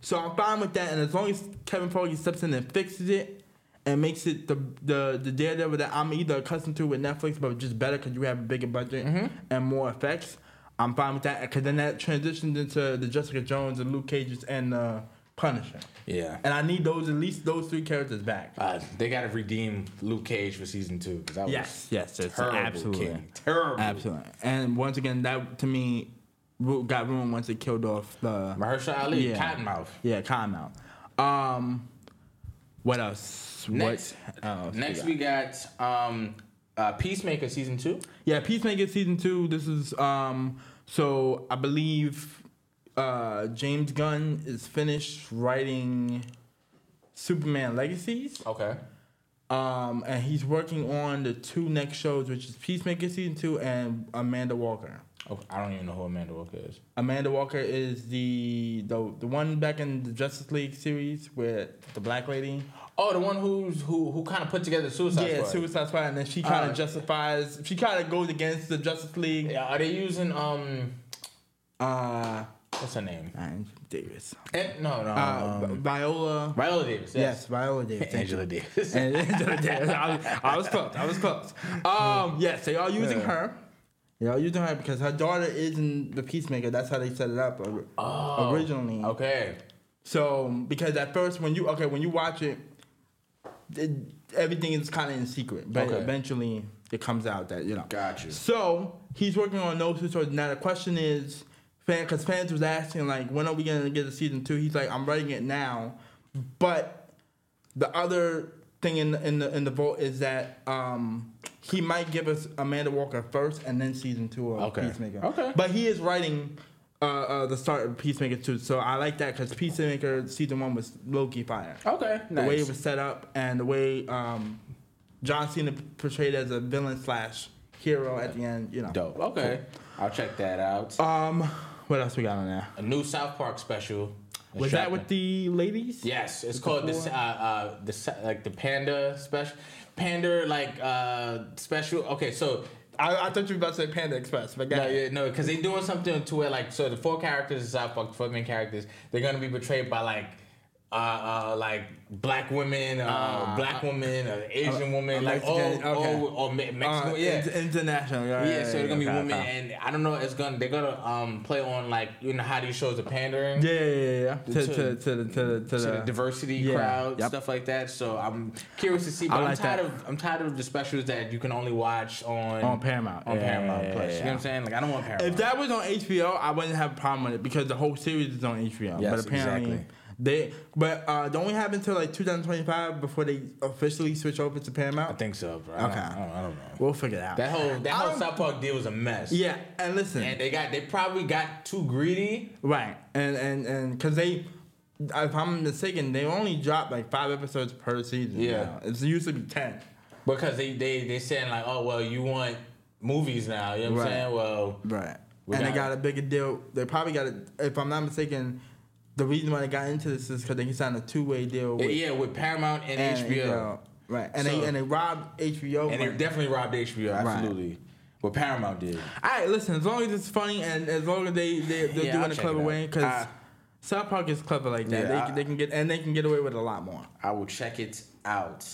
So I'm fine with that, and as long as Kevin Feige steps in and fixes it and makes it the the the Daredevil that I'm either accustomed to with Netflix, but just better because you have a bigger budget and more effects. I'm fine with that because then that transitions into the Jessica Jones and Luke Cage's and uh, Punisher.
Yeah.
And I need those at least those three characters back.
Uh, they got to redeem Luke Cage for season two because that was
Yes, yes, it's
terrible,
absolutely
King. Terrible.
Absolutely. And once again, that to me ru- got ruined once it killed off the
Mahershala Ali, Cottonmouth.
Yeah, Cottonmouth. Um, what else?
Next,
what else
next
we
we got, um, uh, Peacemaker season two.
got? Yeah, Peacemaker season two. This is um. So I believe uh James Gunn is finished writing Superman Legacies.
Okay.
Um, and he's working on the two next shows, which is Peacemaker season two and Amanda Walker.
Oh, I don't even know who Amanda Walker is.
Amanda Walker is the the the one back in the Justice League series with the black lady.
Oh, the one who's who who kind of put together Suicide
yeah,
Squad.
Suicide Squad, and then she kind of
Uh,
justifies. She kind of goes against the Justice League.
Yeah, are they using um
Uh,
what's her name?
Viola Davis.
Eh, no, no,
Uh,
um,
Vi- Viola.
Viola Davis.
Yes,
Yes,
Viola Davis. thank you.
Angela Davis.
And Angela Davis. I was, I was close. I was close. Um, yes, they are using
Yeah.
her. They are using her because her daughter is in the Peacemaker. That's how they set it up or-
Oh,
originally.
Okay.
So um, because at first when you okay when you watch it, it everything is kind of in secret, but
Okay.
eventually it comes out that you know.
Gotcha.
So he's working on those two. So now the question is, fan because fans was asking like, when are we gonna get a season two? He's like, I'm writing it now, but the other thing in the, in the in the vote is that um, he might give us Amanda Walker first, and then season two of
Okay.
Peacemaker.
Okay.
but he is writing. Uh, uh, the start of Peacemaker too, so I like that because Peacemaker season one was Loki fire.
Okay,
the way
nice.
it was set up and the way um, John Cena portrayed as a villain slash hero at the end, you know.
Dope. Uh, Okay. I'll check that out.
Um, what else we got on there?
a new South Park special.
Was that with the ladies?
Yes, it's called the
Before?
uh, uh, the sa- like the panda special, panda like uh, special. Okay, so
I, I thought you were about to say Panda Express, but
No,
got
yeah, no, because they're doing something to where like so the four characters in South Park, the four main characters, they're gonna be portrayed by like. Uh, uh, like black women, uh, black women, uh, Asian women, like all,
Mexican, okay.
all, or Me- Mexican, yeah,
Uh, international. Yeah,
yeah. So they're gonna be
okay,
women,
okay.
and I don't know, it's gonna they're gonna um play on like you know how these shows are pandering,
Yeah, yeah, yeah, yeah. To, to, to, the, to, the, to,
to
the,
the diversity
yeah,
crowd,
yep.
stuff like that. So I'm curious to see.
I
But I'm
like
tired
that.
of I'm tired of the specials that you can only watch on
On Paramount.
on
Yeah,
Paramount
yeah,
Plus. You know
yeah,
what
yeah.
I'm saying? Like I don't want Paramount.
If that was on HBO, I wouldn't have a problem with it because the whole series is on HBO.
Yes,
but apparently
exactly.
they but uh don't we have until like 2025 before they officially switch over to Paramount?
I think so, bro. I
Okay.
don't, I don't, I don't know.
we'll figure it out.
That whole that whole
I'm-
South Park deal was a mess.
Yeah, and listen.
And they got they probably got too greedy.
right. And and and cuz they if I'm mistaken, they only drop like 5 episodes per season.
Yeah.
now. It's usually be 10.
Because they they they saying like, oh well, you want movies now. You know what
Right.
I'm saying? Well,
Right.
We
and
got-
they got a bigger deal. They probably got a, if I'm not mistaken, the reason why they got into this is cuz they signed a two-way deal with
yeah, with Paramount and,
and
HBO,
Right. And
So-
they and they robbed HBO.
and they
money.
definitely robbed HBO. Absolutely, what Paramount did.
All right, listen. As long as it's funny and as long as they they they're
Yeah, I'll
doing it
check
clever
it out.
way, because
Uh,
South Park is clever like that.
Yeah,
they,
I-
they can get and they can get away with a lot more.
I will check it out.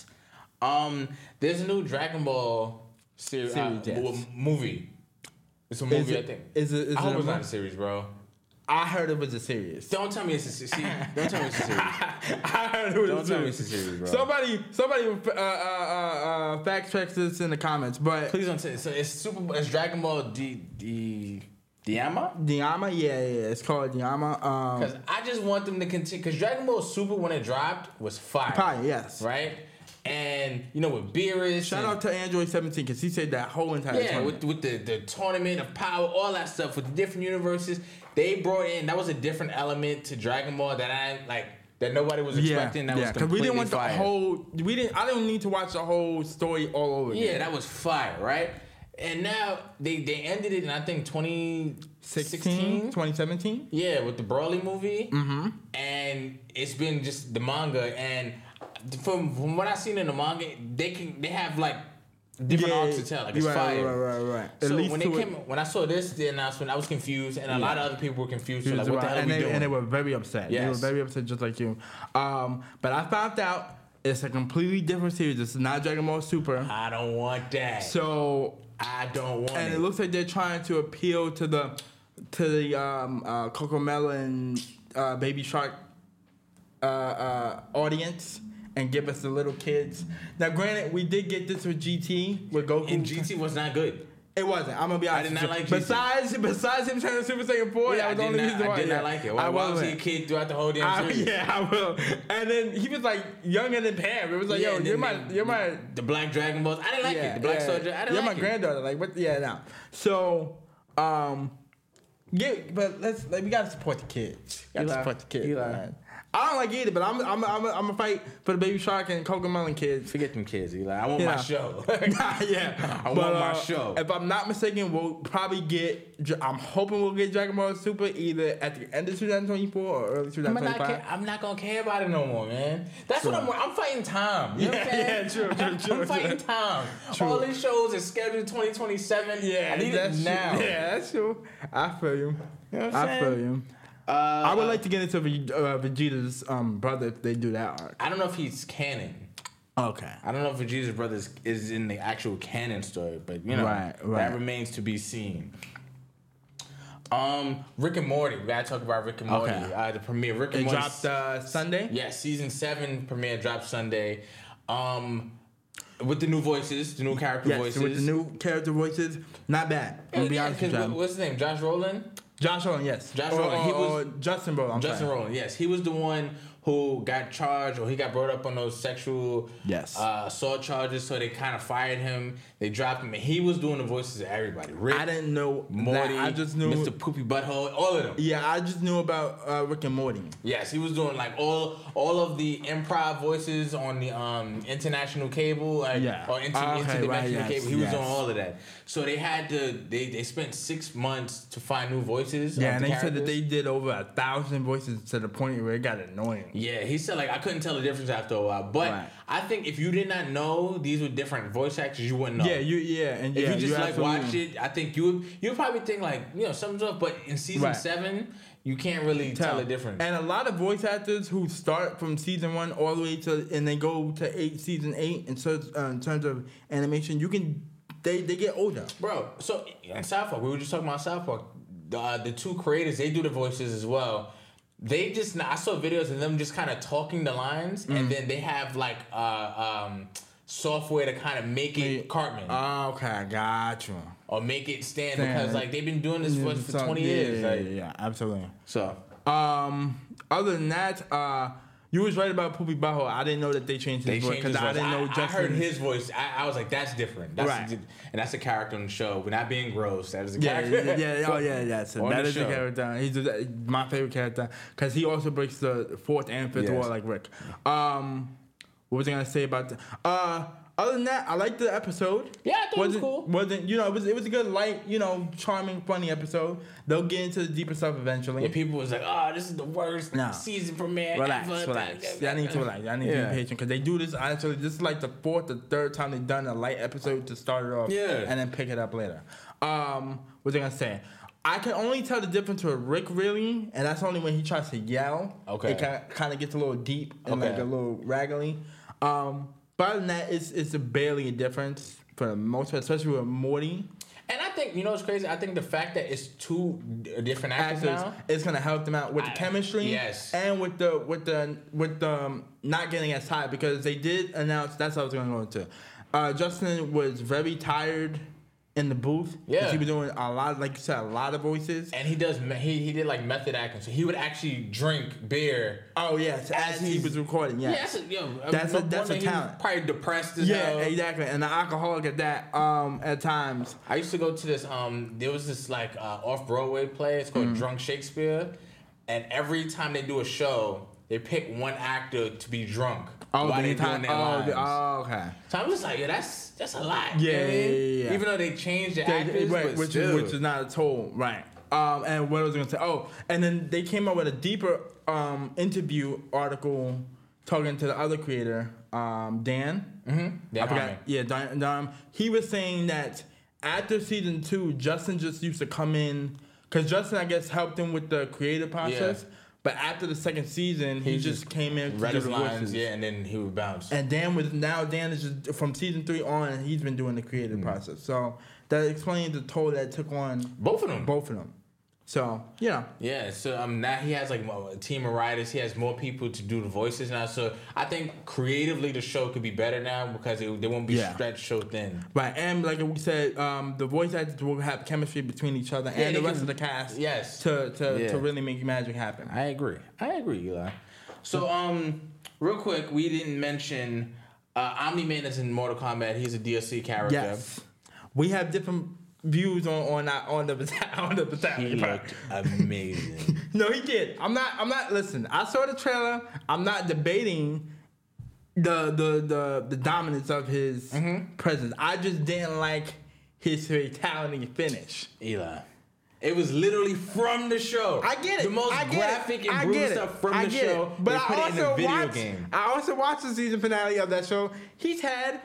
Um, there's a new Dragon Ball series, uh,
Series, yes.
well, movie. It's a movie,
Is it-
I think.
is it- is
I
it
hope
a
it's not
movie?
a series, bro.
I heard it was a series.
Don't tell me it's a se- see, Don't tell me it's a series.
I heard it was
Don't tell me it's a series, bro.
Somebody, somebody, uh, uh, uh, uh, fact checks this in the comments. But
Please don't say so. It's Super. It's Dragon Ball D D Diama.
Diama, yeah, yeah, it's called Diama. Um,
Because I just want them to continue. Because Dragon Ball Super when it dropped was fire.
Fire, yes.
Right. And you know with Beerus.
shout
and-
out to Android Seventeen because he said that whole entire.
Yeah, with,
tournament.
with the, the tournament of power, all that stuff with the different universes, they brought in that was a different element to Dragon Ball that I like that nobody was expecting. That was
because
completely
we didn't want
fire.
the whole. We didn't. I didn't need to watch the whole story all over.
Yeah,
again.
that was fire, right? And now they they ended it in I think
16,
2016.
2017.
Yeah, with the Broly movie. Mm-hmm. And it's been just the manga and from from what I've seen in the manga, they can they have like different arcs to tell. Like it's
right,
fire.
Right, right, right. At
So
least
when they
to it-
came, when I saw this the announcement, I was confused, and a lot of other people were confused. So like, what the hell are
and,
we
they,
doing?
and they were very upset. They were
Yes.
very upset, just like you. Um, but I found out it's a completely different series. It's not Dragon Ball Super.
I don't want that.
So,
I don't want
and
it.
it looks like they're trying to appeal to the to the um, uh, Coco Melon uh, Baby Shark uh, uh, audience. And give us the little kids. Now, granted, we did get this with GT with Goku.
and GT was not good.
It wasn't. I'm gonna be honest.
did not
with you.
like GT.
Besides, besides him turning Super Saiyan Four,
I
that was the
did
only
not,
reason why.
I did
Oh, yeah.
not like it. Why, why was he a
wasn't.
kid throughout the whole damn
I,
series?
yeah, I will. And then he was like young and impaired. It was like,
Yeah,
yo,
and
you're
then
my,
they-
you're my,
The Black Dragon Balls. I didn't like
yeah,
it. The Black
yeah,
Soldier. I didn't
you're
like
my
it.
granddaughter. Like what? Yeah, now. So, um, yeah, but let's like we gotta support the kids. Gotta
Eli,
support the kids.
Eli.
man. I don't like either, but I'm I'm I'm I'm gonna fight for the baby shark and Coco Melon kids.
Forget them kids, Eli. I want my
Yeah.
show.
Nah, yeah. uh,
I want my show.
If I'm not mistaken, we'll probably get. Dra- I'm hoping we'll get Dragon Ball Super either at the end of 2024 or early
I'm not,
2025.
care, I'm not gonna care about it no more, man. That's what I'm. I'm fighting time. You know what I'm
Yeah,
saying?
yeah, true, true, true,
I'm fighting
true.
time. All these shows are scheduled 2027. I need it
that's true.
now.
Yeah, that's true. I feel you.
know what I'm
I feel
saying?
you.
Uh,
I would like to get into Ve- uh, Vegeta's um, brother if they do that arc.
I don't know if he's canon.
Okay.
I don't know if Vegeta's brother is- is in the actual canon story, but you know
Right, right.
that remains to be seen. Um, Rick and Morty. We gotta talk about Rick and Morty.
Okay.
Uh, the premiere. Rick and
It
Morty
dropped uh, Sunday.
Yeah, season seven premiere drops Sunday. Um, with the new voices, the new character
Yes,
voices.
with the new character voices, not bad. I'm gonna be
Yeah,
honest with
'cause
you.
what- What's his name? Josh Roland.
Josh Roland, yes.
Josh
Or-
Rowland, he
or-
was-
or Justin Roland. I'm
Justin
sorry.
Roland. Yes, he was the one who got charged or he got brought up on those sexual
Yes.
uh, assault charges. So they kind of fired him. They dropped him. And he was doing the voices of everybody. Rick,
I didn't know
Morty,
Morty. I just knew.
Mr. Poopy Butthole, all of them.
Yeah, I just knew about uh, Rick and Morty.
Yes, he was doing like all all of the improv voices on the um international cable, like,
Yeah.
or inter-
Ah, Okay,
interdimensional
right, yes,
cable. He was
yes.
on all of that. So they had to they, they spent six months to find new voices.
Yeah,
of
and
the
they said that
characters.
they did over a thousand voices to the point where it got annoying.
Yeah, he said like I couldn't tell the difference after a while. But
Right.
I think if you did not know these were different voice actors, you wouldn't know.
Yeah, you yeah, and
if
yeah,
you just like
absolutely-
watch it, I think you would you would probably think like you know some stuff. But in season
Right.
seven, you can't really tell, the difference.
And a lot of voice actors who start from season one all the way to and they go to eight season eight in, terms- uh, in terms of animation, you can they they get older.
Bro, so in South Park, we were just talking about South Park. The, uh, the two creators, they do the voices as well. They just, I saw videos of them just kind of talking the lines,
Mm.
and then they have like uh, um, software to kind of make it Cartman
Oh, okay, I got you.
or make it stand
Stan.
because like they've been doing this for, for
So-
twenty
yeah,
years.
Yeah,
like,
yeah, yeah, absolutely.
So
Um, other than that, uh, you was right about Poopy Bajo. I didn't know that they changed
they
his voice
changed his
because I
voice.
didn't know
I,
Justin.
heard his voice. I, I was like, that's different. That's
Right.
a, and that's a character on the show. We're not being gross. That is a
Yeah,
character.
yeah, yeah, oh yeah, yeah. So
On
that
the
is a
show.
character. He's a, my favorite character because he also breaks the fourth and fifth
Yes.
wall like Rick. Um, what was I gonna say about that? Uh, other than that, I liked the episode.
Yeah, I thought it was
wasn't,
cool.
Wasn't you know? It was it was a good light, you know, charming, funny episode. They'll get into the deeper stuff eventually.
And people was like, oh, this is the worst
No.
season premiere.
Relax,
ever."
relax. Yeah, I need to relax. I need to
Yeah.
be patient because they do this. Actually, this is like the fourth or third time they've done a light episode to start it off,
Yeah.
and then pick it up later. Um, what they gonna say? I can only tell the difference with Rick really, and that's only when he tries to yell.
Okay.
it kind of, kind of gets a little deep and like
Okay.
a little raggly. Um, but other than that, it's it's barely a difference for the most part, especially with Morty
And I think you know what's crazy. I think the fact that it's two d- uh, different actors.
actors.
now,
It's gonna help them out with the
I-
chemistry,
yes.
and with the with the with the um, not getting as tired because they did announce. That's what I was gonna go into. Uh, Justin was very tired in the booth. 'cause
Yeah.
he was doing a lot, like you said, a lot of voices.
and he does. me- He he did like method acting, so he would actually drink beer.
oh yes, as, he
he's-
was recording.
Yeah,
Yes.
that's a, you know,
That's a-
no
that's a
wonder he was
talent.
Probably depressed as
Yeah,
hell.
exactly, and an alcoholic at that. Um, at times,
I used to go to this. Um, there was this like uh, off Broadway play. It's
Mm-hmm.
called Drunk Shakespeare, and every time they do a show, they pick one actor to be drunk
oh,
while
the
they
entire,
doing their
oh,
lines.
the- oh, okay.
so I'm just like, yeah, that's that's a lot. you
Yeah,
know what I mean?
yeah, yeah, yeah.
Even though they changed the
Yeah,
actors,
right,
but
which
still.
is which is not at all right. Um, and what I was gonna say? Oh, and then they came up with a deeper um, interview article talking to the other creator, um, Dan. Mm-hmm.
Dan
I forgot.
Harmon.
Yeah, Dan, Dan. He was saying that after season two, Justin just used to come in because Justin, I guess, helped him with the creative process. But after the second season, he,
He
just,
just
came in to
read
do
his
the
lines,
voices.
yeah, and then he would bounce.
And Dan was now Dan is just from season three on. He's been doing the
Mm.
creative process, so that explains the toll that took on
Both of them.
both of them. So yeah,
Yeah, so um, now he has like mo- a team of writers. He has more people to do the voices now. So I think creatively the show could be better now because it, they won't be
Yeah.
stretched so thin.
right. And like we said, um, the voice actors will have chemistry between each other
Yeah,
and the
they
rest
can-
of the cast.
yes.
to to,
Yeah.
to really make magic happen.
I agree. I agree, Eli. So um, real quick, we didn't mention uh, Omni Man is in Mortal Kombat. He's a DLC character.
Yes, we have different views on on our, on the bata- on the
He
battalion.
looked amazing.
No, he did. I'm not. I'm not. Listen, I saw the trailer. I'm not debating the the the, the dominance of his presence. I just didn't like his fatality finish.
Eli. It was literally from the show.
I get it.
The most
I get
graphic
it.
and
I
brutal
get it.
stuff from
I
the
get it.
show.
But
they
I
put
also
it in a video
watched,
game.
I also watched the season finale of that show. He's had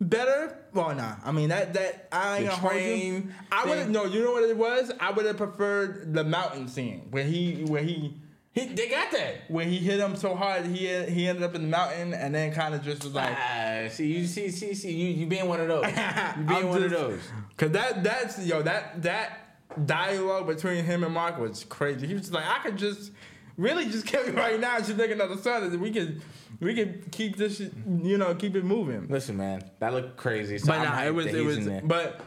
better. Well, nah. I mean that that I ain't
The
gonna hold you.
train
I would have
thing.
no. You know what it was? I would have preferred the mountain scene where he where he.
He, they got that.
when he hit him so hard, he he ended up in the mountain, and then kind of just was like,
Ah, see, you see, see, see, you, you being one of those. You
I'm
being one of
just-
those.
Cause that that's yo that that dialogue between him and Mark was crazy. He was just like, I could just really just kill you right now, and just take another son, and we could we could keep this shit, you know keep it moving.
Listen, man, that looked crazy. So
But
I'm
nah,
hyped
it was
that
it
he's
was.
in there.
But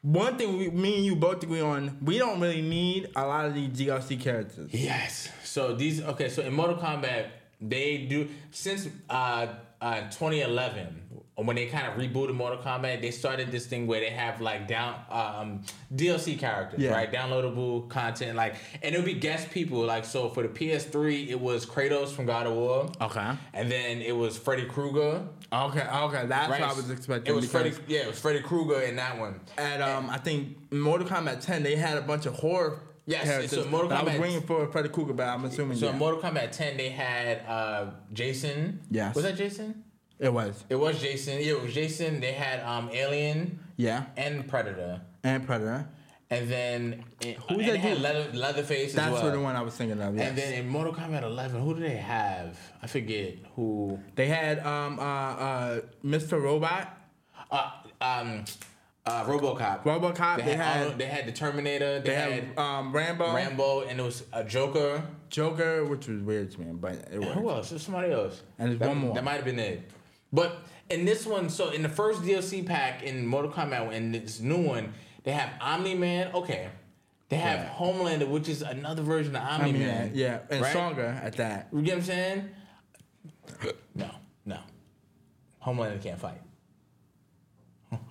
one thing we, me and you both agree on, we don't really need a lot of these DLC characters.
yes. So these okay. So in Mortal Kombat, They do since uh, uh, 2011 when they kind of rebooted Mortal Kombat. They started this thing where they have like down um, DLC characters,
Yeah.
right? Downloadable content, like, and it'll be guest people. Like, so for the PS3, it was Kratos from God of War.
Okay.
And then it was Freddy Krueger.
Okay, okay, that's
Right.
what I was expecting.
It was
because
Freddy. Yeah, it was Freddy Krueger in that one.
At um, I think Mortal Kombat 10, they had a bunch of horror
Yes, it's
characters.
a Mortal
but I was
Kombat-
waiting for Freddy Krueger, but I'm assuming
So
yeah.
in Mortal Kombat 10, they had uh, Jason.
Yes.
Was that Jason?
it was.
It was Jason. Yeah, it was Jason. They had um, Alien
Yeah,
and Predator.
and Predator.
And then who
Who's
they
that
had
dude?
Leather, Leatherface as
That's
well.
the one I was thinking of. Yes.
And then in Mortal Kombat 11, who do they have? I forget who.
they had um uh uh Mr. Robot,
Uh, um, uh, RoboCop.
RoboCop.
They
They,
had,
had,
Arnold- they had the Terminator. They,
they had,
had,
um Rambo,
Rambo, and it was a Joker.
Joker, which was weird to me, but it worked.
Who else? There's somebody else.
And there's
that,
one more.
That might have been it. But in this one, so in the first DLC pack in Mortal Kombat, in this new one, they have Omni Man. Okay. They have Homelander, which is another version of Omni
I mean, yeah,
Man.
yeah, and
Right?
Songa at that.
You get what I'm saying? No, no. Homelander can't fight.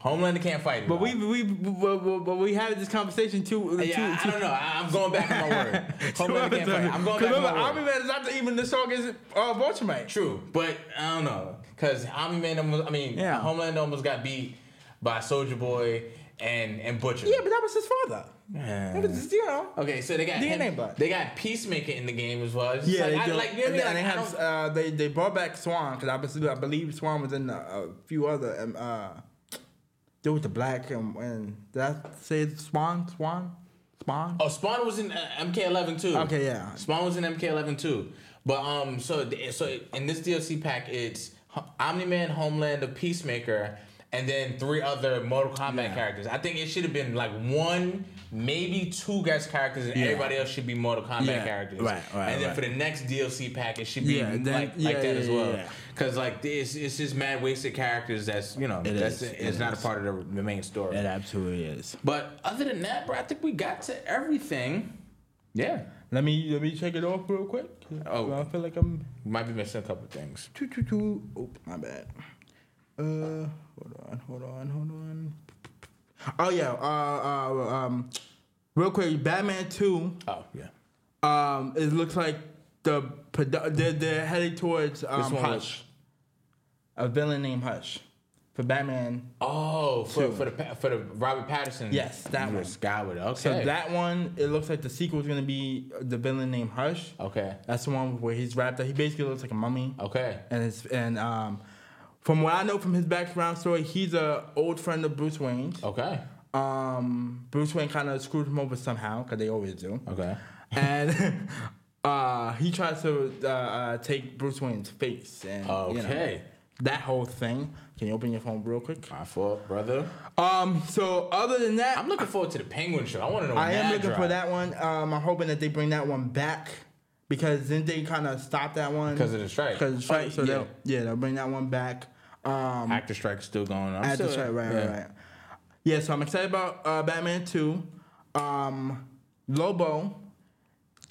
Homelander can't fight.
But we we but, but, but we had this conversation too.
yeah, I, I don't know. I, I'm going back on my word. Homelander can't fight. I'm going back
Because
on
remember,
my word.
Omni Man is not the, even the song is uh, Vultramite.
True, but I don't know because Omni Man almost. I mean,
Yeah.
Homeland almost got beat by Soldier Boy and and Butcher.
Yeah, but that was his father.
Yeah.
That was, you know.
Okay, so they got
DNA
him-
block.
They got Peacemaker in the game as well. It's just
Yeah,
like,
they
I,
do.
like, you know what I
and,
mean?
and they
Like, I
have
don't-
uh, they they brought back Swan because I believe I believe Swan was in a, a few other um, uh, there was the black and, and did I say Swan Swan Swan?
Oh, Spawn was in uh, MK11 too.
Okay, yeah.
Spawn was in MK11 too. But um, so th- so in this DLC pack, it's Omni Man, Homelander, Peacemaker, and then three other Mortal Kombat characters. I think it should have been like one, maybe two guest characters, and
Yeah.
everybody else should be Mortal Kombat
Yeah,
characters.
right, right,
And then
right.
for the next DLC pack, it should be
Yeah, then-
like,
yeah,
like that
yeah,
as well.
yeah, yeah.
Cause like it's it's just mad wasted characters. That's you know that's
is,
it's
it
not
is.
a part of the, the main story.
absolutely is.
But other than that, bro, I think we got to everything. Yeah.
Let me let me check it off real quick.
Oh.
I feel like I'm
We might be missing a couple things.
Choo choo choo. Oh, my bad. Uh, hold on, hold on, hold on. Oh yeah. Uh, uh, um, real quick, Batman Two.
Oh, yeah.
Um, it looks like the produ- they're, they're headed towards um,
one was-
Hush, a villain named Hush, for Batman.
Oh, for,
Two.
for the pa- for the Robert Patterson.
Yes, that
Mm,
one.
Skywalker. Okay.
So that one, it looks like the sequel is gonna be the villain named Hush.
Okay.
That's the one where he's wrapped up. He basically looks like a mummy.
Okay.
and it's and um, from what I know from his background story, he's a old friend of Bruce Wayne's.
Okay.
Um, Bruce Wayne kind of screwed him over somehow, cause they always do.
Okay.
And uh, he tries to uh, uh, take Bruce Wayne's face and you know,
Okay.
that whole thing. Can you open your phone real quick?
My fault, brother.
Um, so other than that,
I'm looking forward to the Penguin show. I want to know. when
I am
that
looking
drop.
for that one. Um, I'm hoping that they bring that one back because then they kind of stop that one
'Cause of the strike.
Because of the strike,
Oh,
so
yeah.
they'll yeah they'll bring that one back. Um,
Actor strike's still going on.
At the show, right,
yeah.
right, right. Yeah, so I'm excited about uh, Batman 2. Um, Lobo,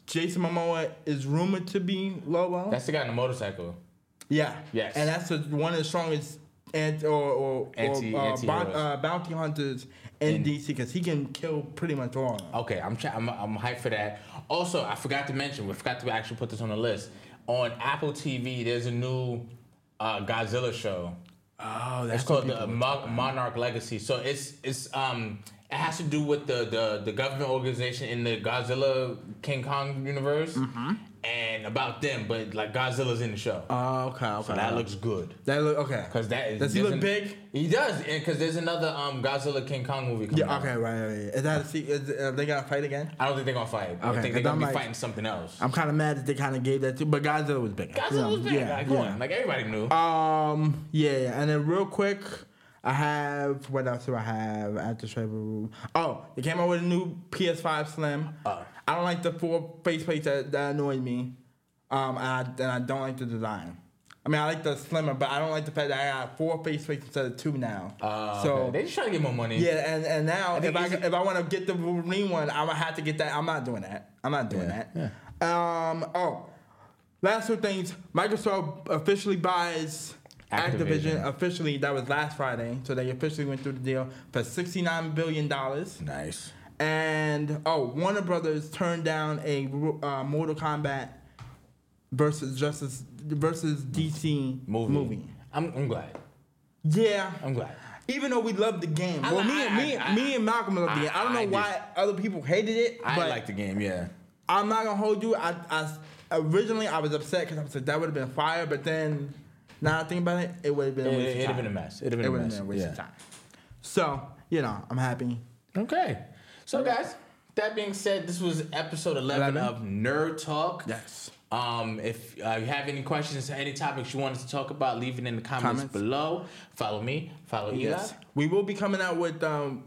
Jason Momoa is rumored to be Lobo.
That's the guy on the motorcycle.
yeah.
Yes.
And that's the, one of the strongest ant, or, or,
Anti-
or uh,
anti-heroes.
bon- uh, bounty hunters in,
In-
DC because he can kill pretty much all of them.
Okay, I'm, try- I'm I'm hyped for that. Also, I forgot to mention, we forgot to actually put this on the list. On Apple TV, there's a new uh, Godzilla show.
Oh, that's
It's called the Mo- Monarch Legacy. So it's it's um it has to do with the the, the government organization in the Godzilla King Kong universe and about them, but like Godzilla's in the show.
Mm-hmm. Oh, okay, okay.
so that looks good.
That look okay.
Cause that is,
Does he look
there's an-
big?
He does, and cause there's another um Godzilla King Kong movie coming.
Yeah.
out.
Okay. Right. right, right. Is that a, se- is, are they gonna fight again?
I don't think they're gonna fight. I
Okay,
think they're
'cause
gonna
I'm
be
like-
fighting something else.
I'm kind of mad that they kind of gave that to, but Godzilla was bigger.
Godzilla was
Yeah,
bad.
yeah,
like, come
yeah.
on, like everybody knew.
Um, yeah, yeah, and then real quick, I have what else do I have after Trevor? Oh, they came out with a new PS5 Slim.
Oh.
I don't like the four faceplates that, that annoyed me. Um, and I, and I don't like the design. I mean, I like the slimmer, but I don't like the fact that I got four faceplates instead of two now.
Uh,
so
okay. they just trying to get more money.
yeah, and, and now
Mm-hmm. think
if I
it's-
if I want to get the Wolverine one, I'm gonna have to get that. I'm not doing that. I'm not doing
Yeah,
that. Um. Oh, Last two things. Microsoft officially buys Activision.
Activision.
Officially, that was last Friday. So they officially went through the deal for $69 billion.
Nice.
And oh, Warner Brothers turned down a uh, Mortal Kombat versus Justice versus DC
Movie.
movie.
I'm, I'm glad.
Yeah,
I'm glad.
even though we love the game,
I
well,
li-
me and
I-
me,
I-
me and Malcolm love the
I-
game. I don't know
I
why
just-
other people hated it,
I
but
like the game, yeah.
I'm not gonna hold you. I, I s- originally I was upset because I was like that would have been fire, but then now I think about it, it would have been.
It,
a waste
would
of
have
time.
been a mess. It'd have
It
been a
would have
mess.
been a waste
yeah.
of time. So you know, I'm happy.
Okay. So guys, that being said, this was episode 11, of Nerd Talk.
Yes.
Um, if uh, you have any questions or any topics you want us to talk about, leave it in the comments,
Comments.
below. Follow me. Follow Eli.
Yes. We will be coming out with um,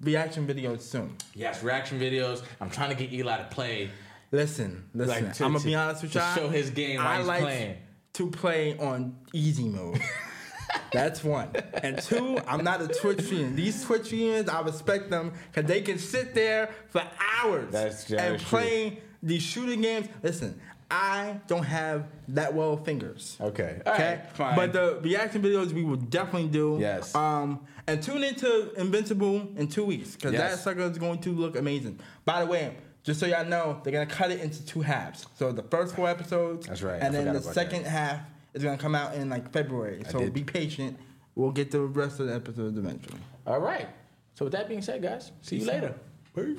reaction videos soon.
Yes, reaction videos. I'm trying to get Eli to play.
Listen, listen.
Like, to-
I'm gonna
to-
be honest with
to
y'all.
show his game while
I
he's
like
playing.
to play on easy mode. That's one. And two, I'm not a Twitch fiend. These Twitch fiends, I respect them because they can sit there for hours
That's- that
and
is true.
playing these shooting games. Listen, I don't have that well fingers.
Okay.
Okay, but the reaction videos we will definitely do.
Yes.
Um, and tune into Invincible in two weeks because that
Yes.
sucker is going to look amazing. By the way, just so y'all know, they're gonna cut it into two halves. So the first four episodes.
That's right, I
And then
forgot
the
about
second half is gonna come out in like February. So
did.
be patient. We'll get the rest of the episodes eventually.
all right. So with that being said, guys, see you later. Peace.